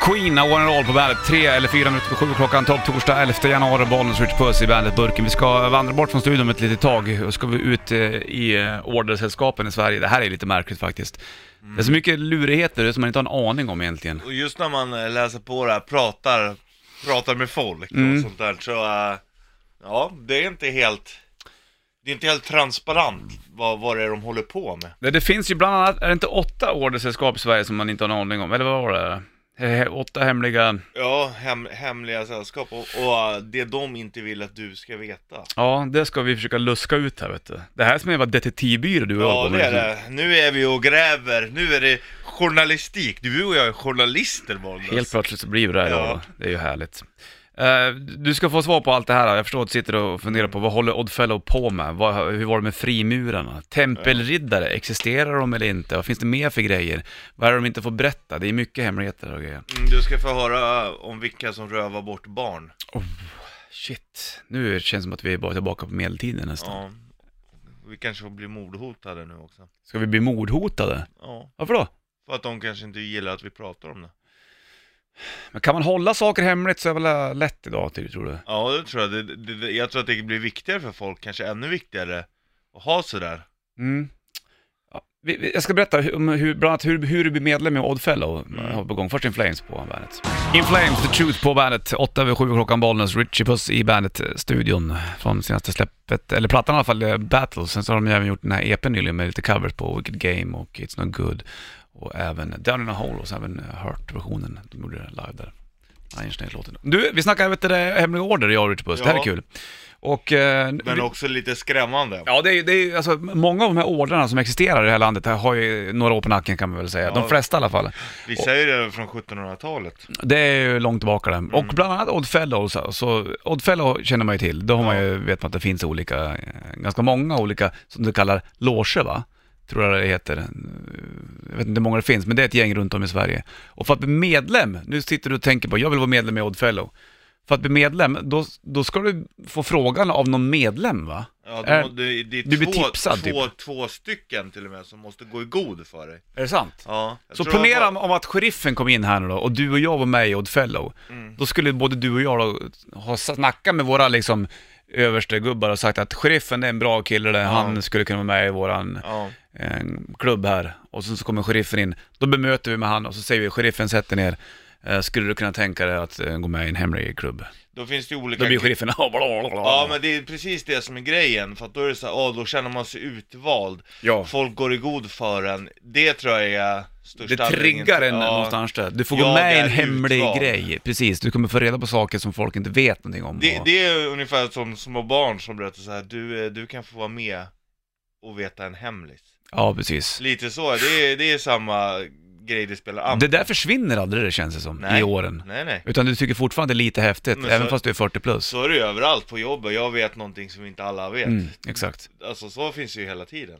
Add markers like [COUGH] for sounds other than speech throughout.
Queen, A One and All på bandet. Tre eller fyra minuter på sju klockan 12 torsdag 11 januari. Bollnäs Rich Puss i bandet-burken. Vi ska vandra bort från studion ett litet tag och ska vi ut eh, i eh, ordersällskapen i Sverige. Det här är lite märkligt faktiskt. Det är så mycket lurigheter som man inte har en aning om egentligen. Och just när man eh, läser på det här, pratar, pratar med folk Mm. och sånt där så, eh, ja, det är inte helt, det är inte helt transparent vad, vad det är de håller på med. Det, det finns ju bland annat, är det inte åtta ordersällskap i Sverige som man inte har en aning om? Eller vad var det? Eh, Åtta hemliga... Ja, hem, hemliga sällskap och, och eh, det de inte vill att du ska veta. Ja, det ska vi försöka luska ut här vet du. Det här är som en jävla detektivbyrå du håller Ja, på med det är just nu. det. Nu är vi och gräver, nu är det journalistik. Du och jag är journalister Bollnäs. Helt plötsligt så blir vi det här Ja. idag. Det är ju härligt. Eh, du ska få svar på allt det här. Jag förstår att du sitter och funderar på vad håller Oddfellow på med? Vad, hur var det med frimurarna? Tempelriddare, existerar de eller inte? Vad finns det mer för grejer? Vad är det de inte får berätta? Det är mycket hemligheter och grejer. Mm, Du ska få höra om vilka som rövar bort barn. Shit, nu känns det som att vi är bara tillbaka på medeltiden nästan. Ja. Vi kanske får bli mordhotade nu också. Ska vi bli mordhotade? Ja, Varför då? för att de kanske inte gillar att vi pratar om det. Men kan man hålla saker hemligt så är det väl eh, lätt idag, tror du? Ja, det tror jag. Det, det, det, jag tror att det blir viktigare för folk, kanske ännu viktigare, att ha sådär. Mm. Ja, vi- vi- Jag ska berätta hu- om hur, bland annat hur, hur du blir medlem i Oddfellow. Jag har på gång. Först In Flames på bandet. In Flames, The Truth på bandet. 8 över 7 klockan Bollnäs. Richie Puss i bandet-studion från senaste släppet, eller plattan i alla fall, eh, Battle. Sen så har de även gjort den här EPn nyligen med lite covers på Wicked Game och It's No Good. Och även Down In A Hole och så även eh, Hurt-versionen. De gjorde det live där. Einstein-låten. Du, vi snackade vet du, det, hemliga order jag och Richie Puss. Det här är Ja. kul. Och... eh, Men vi- också lite skrämmande. Ja, det är, ju- det är, ju- alltså, många av de här ordrarna som existerar i det här landet har ju några år på nacken kan man väl säga. De Ja. flesta i alla fall. Vi säger det från 1700-talet. Det är ju långt tillbaka där. Och Mm. bland annat Oddfellow, så, så Oddfellow känner man ju till. Då har man ju, vet man att det finns olika, eh, ganska många olika, som du kallar loger va? Tror jag det heter. Eh, Jag vet inte hur många det finns, men det är ett gäng runt om i Sverige. Och för att bli medlem, nu sitter du och tänker på, jag vill vara medlem i Oddfellow. För att bli medlem, då, då ska du få frågan av någon medlem va? Ja, Är- de, det, det är Äh, du blir två, tipsad, typ. två, två stycken till och med som måste gå i god för dig. Är det sant? Ja, jag Så tror jag ponera var- om att sheriffen kom in här nu då och du och jag var med i Oddfellow. Mm. Då skulle både du och jag då ha snackat med våra liksom överstegubbar och sagt att sheriffen är en bra kille, där. han skulle kunna vara med i våran Ja, eh, klubb här. Och sen så kommer sheriffen in, då bemöter vi med han och så säger vi sheriffen sätt dig ner. Eh, Skulle du kunna tänka dig att eh, gå med i en hemlig klubb? då finns det ju Då olika... blir sheriffen ja, Ja, men det är precis det som är grejen, för att då är det så här, åh, då känner man sig utvald. ja. Folk går i god för en. Det tror jag är Det största triggar en anledningen till- Ja. någonstans där. Du får Jag gå med i är en hemlig utvald. grej. Precis, du kommer få reda på saker som folk inte vet någonting om. Det, Och- det är ungefär som små barn som berättar så här, du, eh, du kan få vara med och veta en hemlis. Ja, precis. Lite så, det är, det är samma grej det spelar an. Det där försvinner aldrig det känns det som, Nej. i åren. Nej, nej. Utan du tycker fortfarande det är lite häftigt, Men så- även fast du är 40 plus. Så är det ju överallt på jobbet, jag vet någonting som inte alla vet. Mm, exakt. Alltså så finns det ju hela tiden.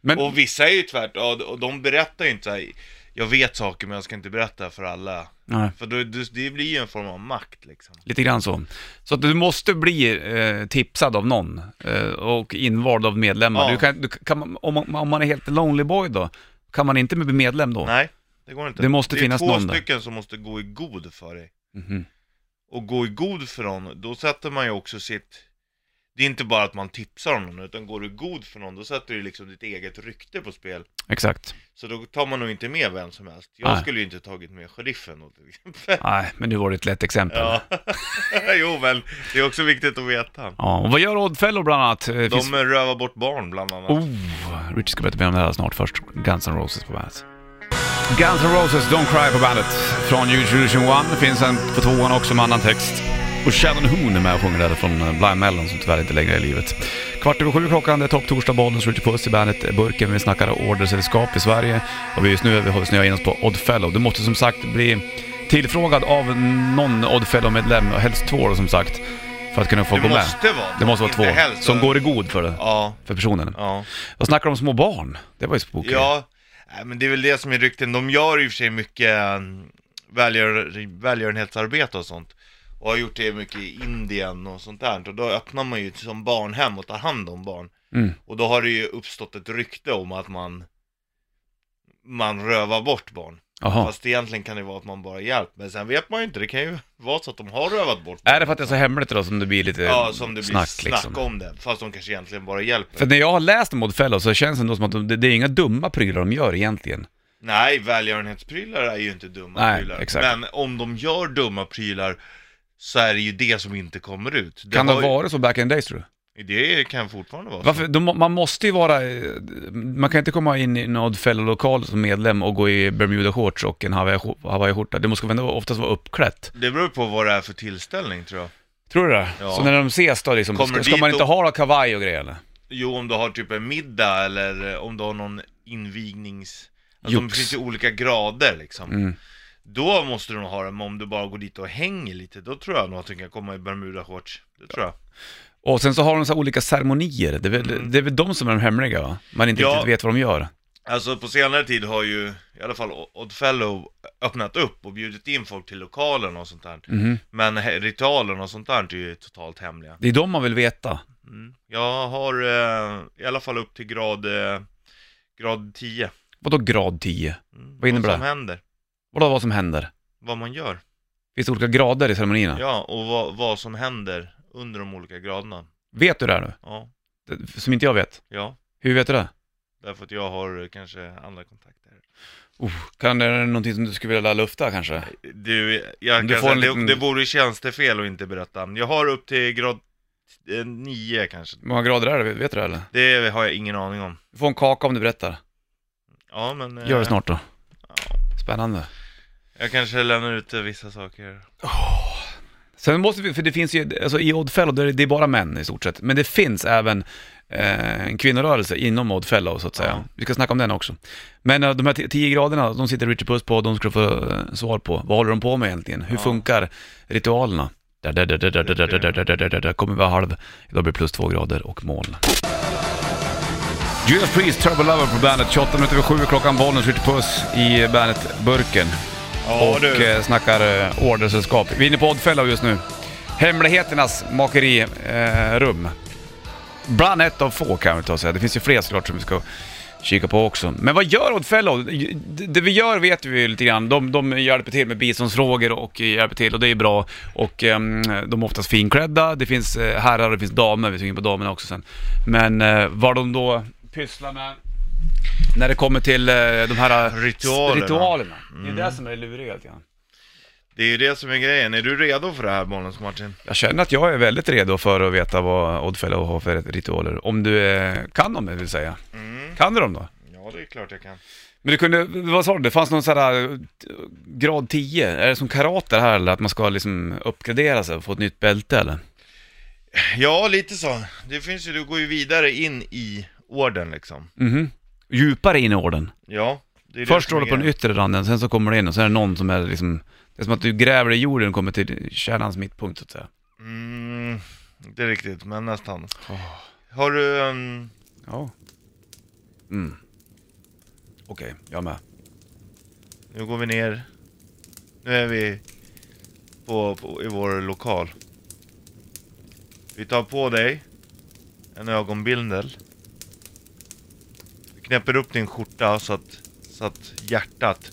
Men, Och vissa är ju tvärtom, ja, och de berättar ju inte så här, jag vet saker men jag ska inte berätta för alla. nej, För då, det det blir ju en form av makt liksom. lite grann så. Så att du måste bli eh, tipsad av någon eh, och invald av medlemmar. Ja. Du kan, du kan, man- om, man, om man är helt lonely boy då, kan man inte bli medlem då? Nej, det går inte. Det måste det finnas är någon två där. stycken som måste gå i god för dig. Mhm. Och gå i god för någon, då sätter man ju också sitt... Det är inte bara att man tipsar om någon, utan går du i god för någon, då sätter du liksom ditt eget rykte på spel. Exakt. Så då tar man nog inte med vem som helst. Jag Nej. skulle ju inte tagit med sheriffen då, till exempel. Nej, men nu var det ett lätt exempel. Ja. Ja. [LAUGHS] jo men, det är också viktigt att veta. och vad gör Oddfellow bland annat? Eh, De rövar bort barn bland annat. Oh, Richard ska berätta mer om det här snart. Först Guns N' Roses på bandet. Guns N' Roses, Don't Cry på bandet. Från Huge Illusion 1. Finns en på tvåan också med annan text. Och Shannon Hoon är med och sjunger där från eh, Blind Melon som tyvärr inte längre är i livet. Kvart över sju klockan, det är topptorsdag, bollen slår på oss i bandet Burken. Vi snackar ordersällskap i Sverige och vi just nu har vi snöat in oss på Oddfellow. Du måste som sagt bli tillfrågad av någon Oddfellow-medlem, och helst två då, som sagt, för att kunna få Det gå med. måste vara Det måste vara inte två helst. som går i god för det, Ja, för personen. ja. Vad snackar de om små barn? Det var ju spooky. Ja, nej, men det är väl det som är rykten. De gör i och för sig mycket eh, välgör, välgörenhetsarbete och sånt. Och har gjort det mycket i Indien och sånt där. Och då öppnar man ju som barnhem och tar hand om barn. Mm. Och då har det ju uppstått ett rykte om att man, man rövar bort barn. Jaha. Fast egentligen kan det vara att man bara hjälpt. Men sen vet man ju inte, det kan ju vara så att de har rövat bort Är det för att det är så hemligt då som det blir lite Ja, som det blir Äh, snack, snack, liksom? om det. Fast de kanske egentligen bara hjälper. För när jag har läst Modfellow så känns det ändå som att de- det, det är inga dumma prylar de gör egentligen. Nej, välgörenhetsprylar är ju inte dumma Nej, prylar. exakt. Men om de gör dumma prylar så är det ju det som inte kommer ut. Det, kan det har ha ju- varit så back in the days tror du? det kan fortfarande vara så. Varför, de, man måste ju vara, eh, man kan inte komma in i en Oddfellow-lokal som medlem och gå i Bermuda-shorts och en Hawaii- Hawaii-skjorta. Det måste ändå oftast vara uppklätt. Det beror på vad det är för tillställning tror jag. Tror du det? Ja. Så när de ses då liksom, Kommer ska, ska dit man inte och- ha då kavaj och grejer eller? Jo, om du har typ en middag eller eh, om du har någon invignings... Alltså, Jox. de finns ju olika grader liksom. Mm. Då måste du nog ha det, men om du bara går dit och hänger lite, då tror jag nog att du kan komma i Bermuda-shorts. Det tror jag. Och sen så har de så här olika ceremonier. Det är, väl, det är väl de som är de hemliga va? Man inte Mm. Ja. riktigt vet vad de gör. Alltså på senare tid har ju i alla fall Oddfellow öppnat upp och bjudit in folk till lokalen och sånt där. Mhm. Men he- ritualen och sånt där är ju totalt hemliga. Det är de man vill veta. Mm. Jag har eh, i alla fall upp till grad, eh, grad 10. Vadå grad 10? Mm. Vad innebär Vad som det? händer, Vadå vad som händer? vad man gör. Finns det olika grader i ceremonierna? Ja, och vad, vad som händer under de olika graderna. Vet du det här nu? Ja, Det- Som inte jag vet. ja. Hur vet du det? Därför att jag har eh, kanske andra kontakter. Kan det är någonting som du skulle vilja lufta kanske? Du, jag Du kan får säga, en liten- det, det vore tjänstefel att inte berätta. Jag har upp till grad 9 kanske. Hur många grader är det? Vet du det eller? Det har jag ingen aning om. Du får en kaka om du berättar. Ja, men... eh, Gör det snart då. Ja. Spännande. Jag kanske lämnar ut eh, vissa saker. Sen måste vi, för det finns ju, alltså i Oddfellow, det är, det är bara män i stort sett. Men det finns även eh, en kvinnorörelse inom Oddfellow så att säga. Ja. Vi ska snacka om den också. Men eh, de här 10 graderna, de sitter Richard Puss på och de ska få eh, svar på. Vad håller de på med egentligen? Hur Ja. funkar ritualerna? Där, där, där, där, där, där, där, där, där, där, där, där, där, kommer vi halv. Idag blir det plus två grader och moln. Judas Priest, Turbo Lover på bandet. 28 minuter över 7 klockan, Bollnäs, Richard Puss i bandet-burken Ja, och eh, snackar eh, ordersällskap. Vi är inne på Oddfellow just nu. Hemligheternas makerirum. Bland ett av få kan vi ta och säga. Det finns ju fler såklart som vi ska kika på också. Men vad gör Oddfellow? Det- Det vi gör vet vi ju lite grann. De, de hjälper till med biståndsfrågor och hjälper till och det är bra. Och ehm, de är oftast finklädda. Det finns eh, herrar och det finns damer. Vi ska in på damerna också sen. Men eh, vad de då pysslar med när det kommer till eh, de här Ritualerna. Mm. ritualerna. Det är det som är lurigt lite grann. Det är ju det som är grejen. Är du redo för det här, Bollnäs Martin? Jag känner att jag är väldigt redo för att veta vad Oddfellow har för ritualer. Om du eh, kan dem, vill säga. Mm. Kan du dem då? Ja, det är klart jag kan. Men du kunde, vad sa du, det fanns någon sån här eh, grad 10? Är det som karate det här eller att man ska liksom uppgradera sig och få ett nytt bälte eller? Ja, lite så. Det finns ju, du går ju vidare in i orden liksom. Mhm. Djupare in i orden. Ja. Det är det Först står som är du på den grejen. yttre randen, sen så kommer det in och sen är det någon som är liksom, det är som att du gräver i jorden och kommer till kärnans mittpunkt så att säga. Mm, inte riktigt, men nästan. Har du... ehm, Ja. Mm. Okej, jag med. Nu går vi ner. Nu är vi på, på, i vår lokal. Vi tar på dig en ögonbindel. Du knäpper upp din skjorta så att, så att hjärtat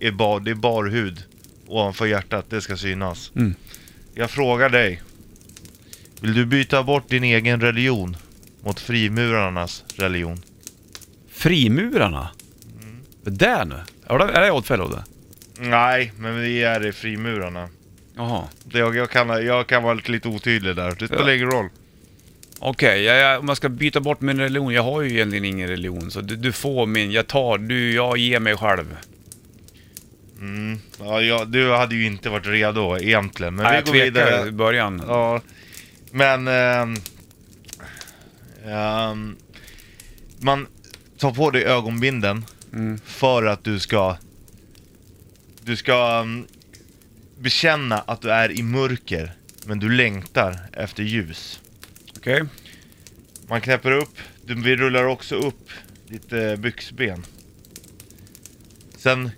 är bar, det är bar hud ovanför hjärtat. Det ska synas. Mm. Jag frågar dig. Vill du byta bort din egen religion mot frimurarnas religion? Frimurarna? Det Mm. där nu? Är det, är det Oddfellow det? Nej, men vi är i frimurarna. Jaha. Det- Jag, jag, kan, jag kan vara lite otydlig där, det spelar Ja. ingen roll. Okej, jag- jag- om jag ska byta bort min religion, jag har ju egentligen ingen religion så du, du får min, jag tar, du, jag ger mig själv. Mm. Ja, jag, du hade ju inte varit redo egentligen, men Nej, vi jag går tvekar i vidare. början. Ja. Men... ehm, ehm, man tar på dig ögonbinden Mm. för att du ska... Du ska ehm, bekänna att du är i mörker, men du längtar efter ljus. Okej. Man knäpper upp, du, vi rullar också upp ditt eh, byxben. Sen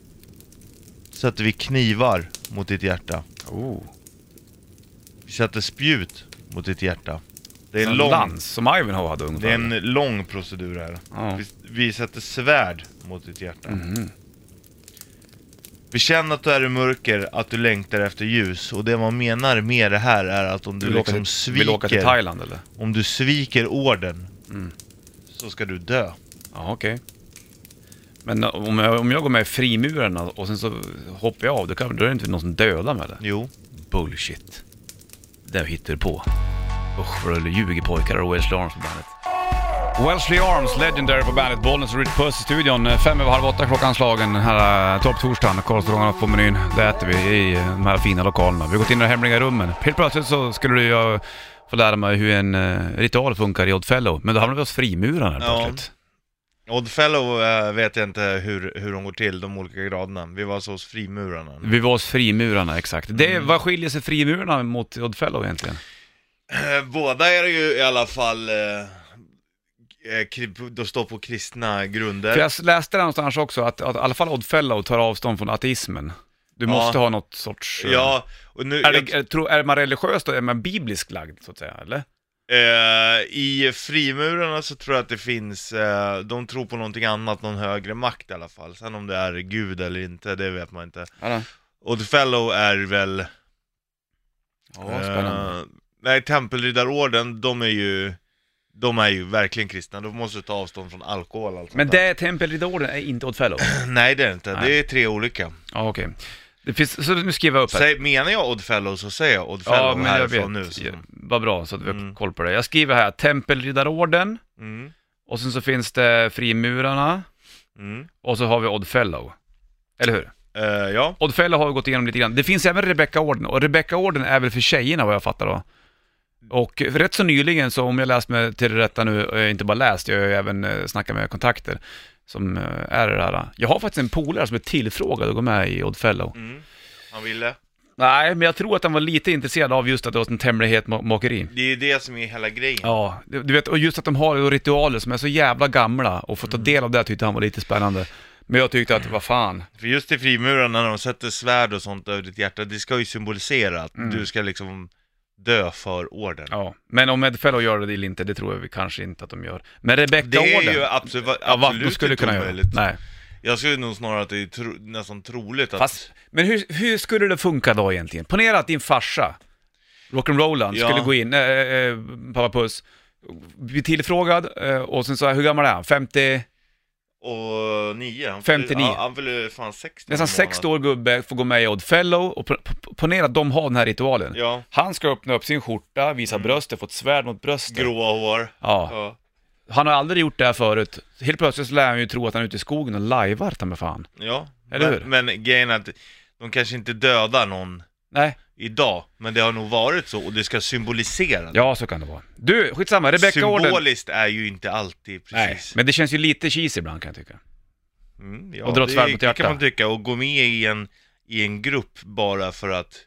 sätter vi knivar mot ditt hjärta. Oh. Vi sätter spjut mot ditt hjärta. Det är En en lång, lans som Ivanhoe hade ungefär. det är en lång procedur här. Ja. Vi, vi sätter svärd mot ditt hjärta. Mhm. Bekänn att du är i mörker, att du längtar efter ljus. Och det man menar med det här är att om du, Vill åka liksom till- Vill åka till sviker, Thailand eller? om du sviker orden, Mm. så ska du dö. Ja, okej. Men eh, om jag, om jag går med i frimurarna och sen så hoppar jag av, då, kan, då är det inte någon som dödar mig eller? Jo. Bullshit. Det hittar du på. Usch vad du ljuger pojkar och Wellesley Arms på bandet. Wellesley Arms, Legendary på bandet. Bollnäs och Rich Puss i studion. Fem över halv åtta klockan slagen den här eh, topptorsdagen. Korvstroganoff på menyn. Det äter vi i eh, de här fina lokalerna. Vi har gått in i de hemliga rummen. Helt plötsligt så skulle du ju få lära mig hur en eh, ritual funkar i Oddfellow. Men då hamnade vi hos frimurarna helt Ja. plötsligt. Oddfellow eh, vet jag inte hur, hur de går till, de olika graderna. Vi var alltså hos frimurarna. Vi var hos frimurarna, exakt. Det, Vad skiljer sig frimurarna mot Oddfellow egentligen? Eh, Båda är ju i alla fall, eh, eh, kri- de står på kristna För grunder. jag läste det någonstans också att, att i alla fall Oddfellow tar avstånd från ateismen. Du Ja. måste ha något sorts... eh, Ja, och nu... Är, jag- det, är, tro, är man religiös då? Är man biblisk lagd så att säga, eller? Eh, I frimurarna så tror jag att det finns, eh, de tror på någonting annat, någon högre makt i alla fall. Sen om det är gud eller inte, det vet man inte. Ja, Oddfellow är väl... spännande. eh, nej, tempelriddarorden, de är ju, de är ju verkligen kristna. De måste ta avstånd från alkohol och allt Men sånt där. det tempelridåren är inte Oddfellow? [CLEARS THROAT] Nej det är det inte, Nej. det är tre olika. ja, okej. Det finns, så nu skriver jag upp här. Säg, menar jag Oddfellow så säger jag Oddfellow Ja, men jag vet. härifrån nu. Så. Ja, Vad bra, så att vi har Mm. koll på det. Jag skriver här, tempelriddarorden, Mm, och sen så finns det frimurarna, mm. och så har vi Oddfellow. Eller hur? Eh, ja, Oddfellow har vi gått igenom lite grann. Det finns även Rebecca-orden, och Rebecca-orden är väl för tjejerna vad jag fattar då. Och rätt så nyligen, så om jag läst mig till det rätta nu, och jag inte bara läst, jag har ju även eh, snackat med kontakter som eh, är det här. Jag har faktiskt en polare som är tillfrågad att gå med i Oddfellow. mm. han ville. Nej, men jag tror att han var lite intresserad av just att det var sån hemlighetsmakeri. Det är ju det som är hela grejen. Ja, du du vet, och just att de har ju ritualer som är så jävla gamla, och få ta del av det tyckte han var lite spännande. Men jag tyckte att, vad fan, För just i frimurarna när de sätter svärd och sånt över ditt hjärta, det ska ju symbolisera att du ska liksom dö för orden. Mm. Ja, men om Edfellow gör det eller inte, det tror jag vi kanske inte att de gör. Men Rebecca Det är Orden, ju absolut, ja, vad de absolut skulle inte kunna göra. omöjligt. Nej. Jag skulle nog snarare att det är tro, nästan troligt att... Fast, men hur, hur skulle det funka då egentligen? Ponera att din farsa, rock'n'rollan, Ja. skulle gå in, äh, äh, pappa Puss, bli tillfrågad eh, och sen så, här, hur gammal är han? 50, Och nio, han 59. Fyller, ja, han fyller fan 60 nästan någon 60 månad. år gubbe, får gå med i Oddfellow och po- po- ponera att de har den här ritualen. Ja, Han ska öppna upp sin skjorta, visa bröstet, få ett svärd mot bröstet. gråa hår. Ja. Ja. Han har aldrig gjort det här förut. Helt plötsligt så lär han ju tro att han är ute i skogen och lajvar ta mig fan. ja. Eller hur? men, men grejen är att de kanske inte dödar någon Nej, idag, men det har nog varit så och det ska symbolisera. ja så kan det vara. Du, skitsamma, Rebecca Orden. Symboliskt är ju inte alltid Nej, precis. men det känns ju lite cheesy ibland kan jag tycka. Mm, ja, Och dra ett det svärd mot kan hjärtat. man tycka, och gå med i en, i en grupp bara för att...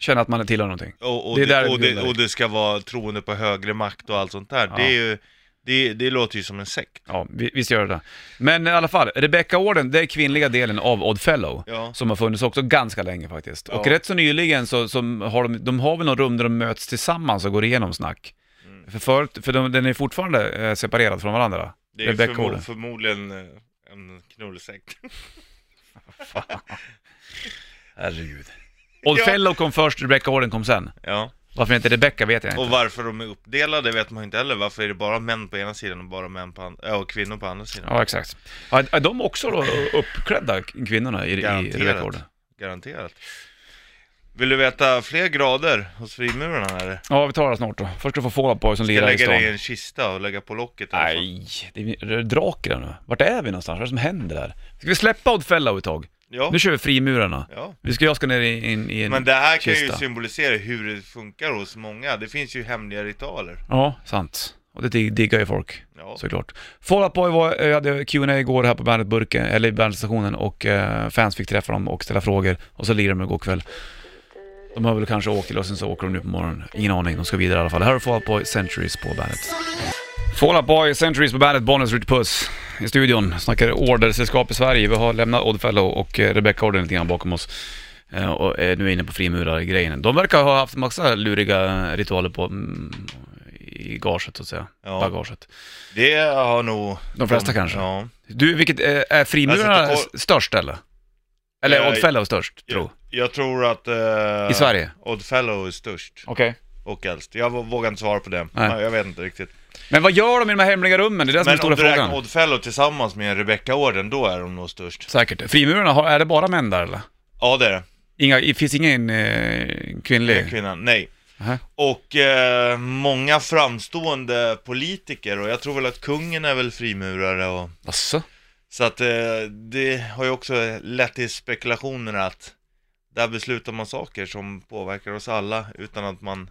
Känna att man tillhör någonting. Och, och, Det är det, där det och, det, grundar. och det ska vara troende på högre makt och allt sånt där. Ja. Det, är ju, det, det låter ju som en sekt. Ja, vi, visst gör det. Men i alla fall, Rebecca Orden, det är kvinnliga delen av Oddfellow. Ja. Som har funnits också ganska länge faktiskt. Och Ja. rätt så nyligen så, så har de, de har väl någon rum där de möts tillsammans och går igenom snack. Mm. För, förut, för de, den är fortfarande eh, separerad från varandra. Det är ju Rebecca förmo- Orden. förmodligen eh, en knullsekt. [LAUGHS] Herregud. Oddfellow kom först, Rebecca Orden kom sen. ja. Varför inte Rebecca vet jag inte. Och varför de är uppdelade vet man inte heller. Varför är det bara män på ena sidan och bara män på an- ja, och kvinnor på andra sidan? Ja, exakt. Ja, Är de också då uppklädda, kvinnorna, i, i Garanterat. Rebecca Orden? Garanterat. Vill du veta fler grader hos frimurarna eller? Ja, vi tar det snart då. Först ska du få Fallout Boy som Ska jag lirar i lägga stan. dig i en kista och lägga på locket? i alla fall? Nej, det är det är draker där nu. Vart är vi någonstans? Vad är det som händer där? Ska vi släppa Oddfellow ett tag? Ja. Nu kör vi frimurarna. ja. Vi ska, jag ska ner i, in, i en Men det här kan ju kista. symbolisera hur det funkar hos många. Det finns ju hemliga ritualer. Ja, sant. Och det dig- diggar ju folk, Ja. såklart. Fallout Boy var, eh, jag hade Q&A igår här på bandetburken, eller i bandetstationen, och eh, fans fick träffa dem och ställa frågor. Och så lirade de igår kväll. De har väl kanske åkt till och sen så åker de nu på morgonen. Ingen aning, de ska vidare i alla fall. Här är Fallout Boy, Centuries på bandet. Fallout Boy, Centuries på bandet, Bonus Rich Puss i studion. Snackar ordersällskap i Sverige. Vi har lämnat Oddfellow och eh, Rebecca Orden lite grann bakom oss. Eh, Och är nu inne på frimurargrejen. De verkar ha haft massa luriga ritualer på, mm, i gaget så att säga. Ja. Bagaget. Det har nog... De flesta kanske. Ja. Du, vilket, eh, är frimurarna Jag sätter på- s- störst eller? Eller Eh, Oddfellow är störst, tro. Jag tror att... eh, I Sverige? Oddfellow är störst Okej. och äldst. Jag vå- vågar inte svara på det. Nej. Nej. Jag vet inte riktigt. Men vad gör de i de här hemliga rummen? Det är det som är Men den om stora du frågan. räknar Oddfellow tillsammans med Rebecca Orden, då är de nog störst. Säkert. Frimurarna, har, är det bara män där eller? Ja, det är det. Inga, det finns ingen eh, Den kvinnlig? kvinnan, nej. Aha. Och eh, många framstående politiker och jag tror väl att kungen är väl frimurare och Asså? så att eh, det har ju också lett till spekulationer att där beslutar man saker som påverkar oss alla utan att man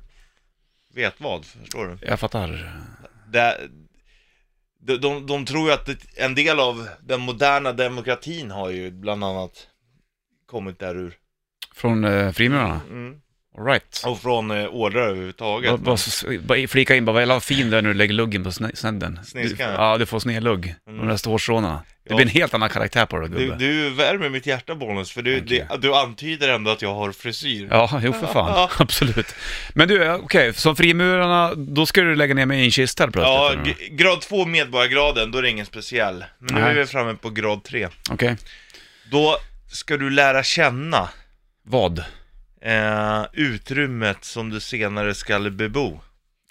vet vad, förstår du? Jag fattar. Det, de, de, de tror ju att det- en del av den moderna demokratin har ju bland annat kommit där ur. Från eh, frimurarna? Mm. Alright. Och från eh, ordrar överhuvudtaget. Bara, bara, s- bara flika in, bara vad jävla fin du är när du lägger luggen på sne- snedden. Sniskan, Du- ja. Ja, du får snedlugg. Mm. De där stålstråna. Det Ja. blir en helt annan karaktär på dig Du, gubbe. du värmer mitt hjärta Bollnäs, för du, Tack. det, du antyder ändå att jag har frisyr. Ja, jo för fan. Ja. [LAUGHS] Absolut. Men du, eh, okej, som frimurarna, då ska du lägga ner mig i en kista helt plötsligt? Ja, eller? g- grad 2 medborgargraden, då är det ingen speciell. Men nu Nej. är vi framme på grad 3. Okej. Då ska du lära känna Vad? eh, utrymmet som du senare ska bo.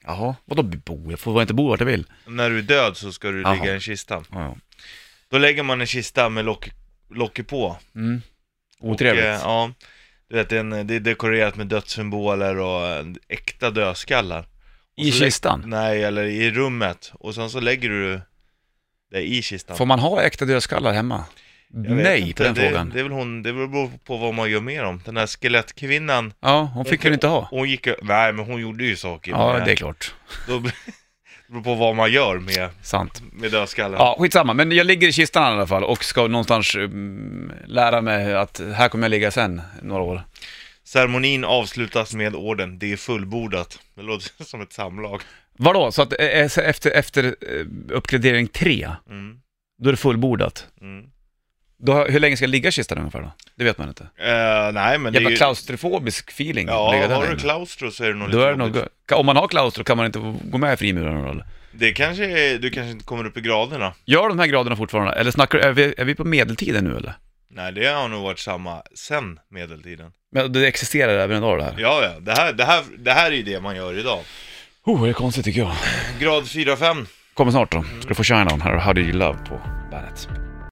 Jaha, vadå bo? Jag får inte bo vart jag vill. När du är död så ska du Jaha. ligga i en kista. Ja, ja. Då lägger man en kista med lock, locket på. Mm. Och, Otrevligt. eh, ja, du vet, det är, en, det är dekorerat med dödssymboler och eh, äkta dödskallar. Och I så lä- kistan? Nej, eller i rummet. Och sen så lägger du det i kistan. Får man ha äkta dödskallar hemma? Jag vet Nej på den det, frågan. Det är väl hon, det beror på vad man gör med dem. Den här skelettkvinnan, Ja, hon fick väl inte ha? hon gick ö- Nej, men hon gjorde ju saker. Ja, med- det är klart. [LAUGHS] Då, det beror på vad man gör med, Sant. med dödskallen. Ja, skitsamma. Men jag ligger i kistan i alla fall och ska någonstans mm, lära mig att här kommer jag ligga sen, några år. Ceremonin avslutas med orden, det är fullbordat. Det låter [LAUGHS] som ett samlag. Vadå, så att eh, eh, efter, efter eh, uppgradering tre, Mm, då är det fullbordat? mm. Då, har- hur länge ska jag ligga i kistan ungefär då? Det vet man inte. Eh, nej, men Jävla det är ju... klaustrofobisk feeling. att Ja, ligga där har du inne. klaustro så är det nog Då lite är det jobbigt. nog, om man har klaustro kan man inte gå med i frimurarna då? Det kanske är, du kanske inte kommer upp i graderna. Gör de här graderna fortfarande, eller snackar, är, vi, är vi på medeltiden nu eller? Nej, det har nog varit samma sen medeltiden. Men det existerar även idag det här? Ja, ja. Det här, det här, det här är ju det man gör idag. Oh, det är konstigt tycker jag. Grad 4-5. Kommer snart då. Ska du få Shine On här och How Do You Love på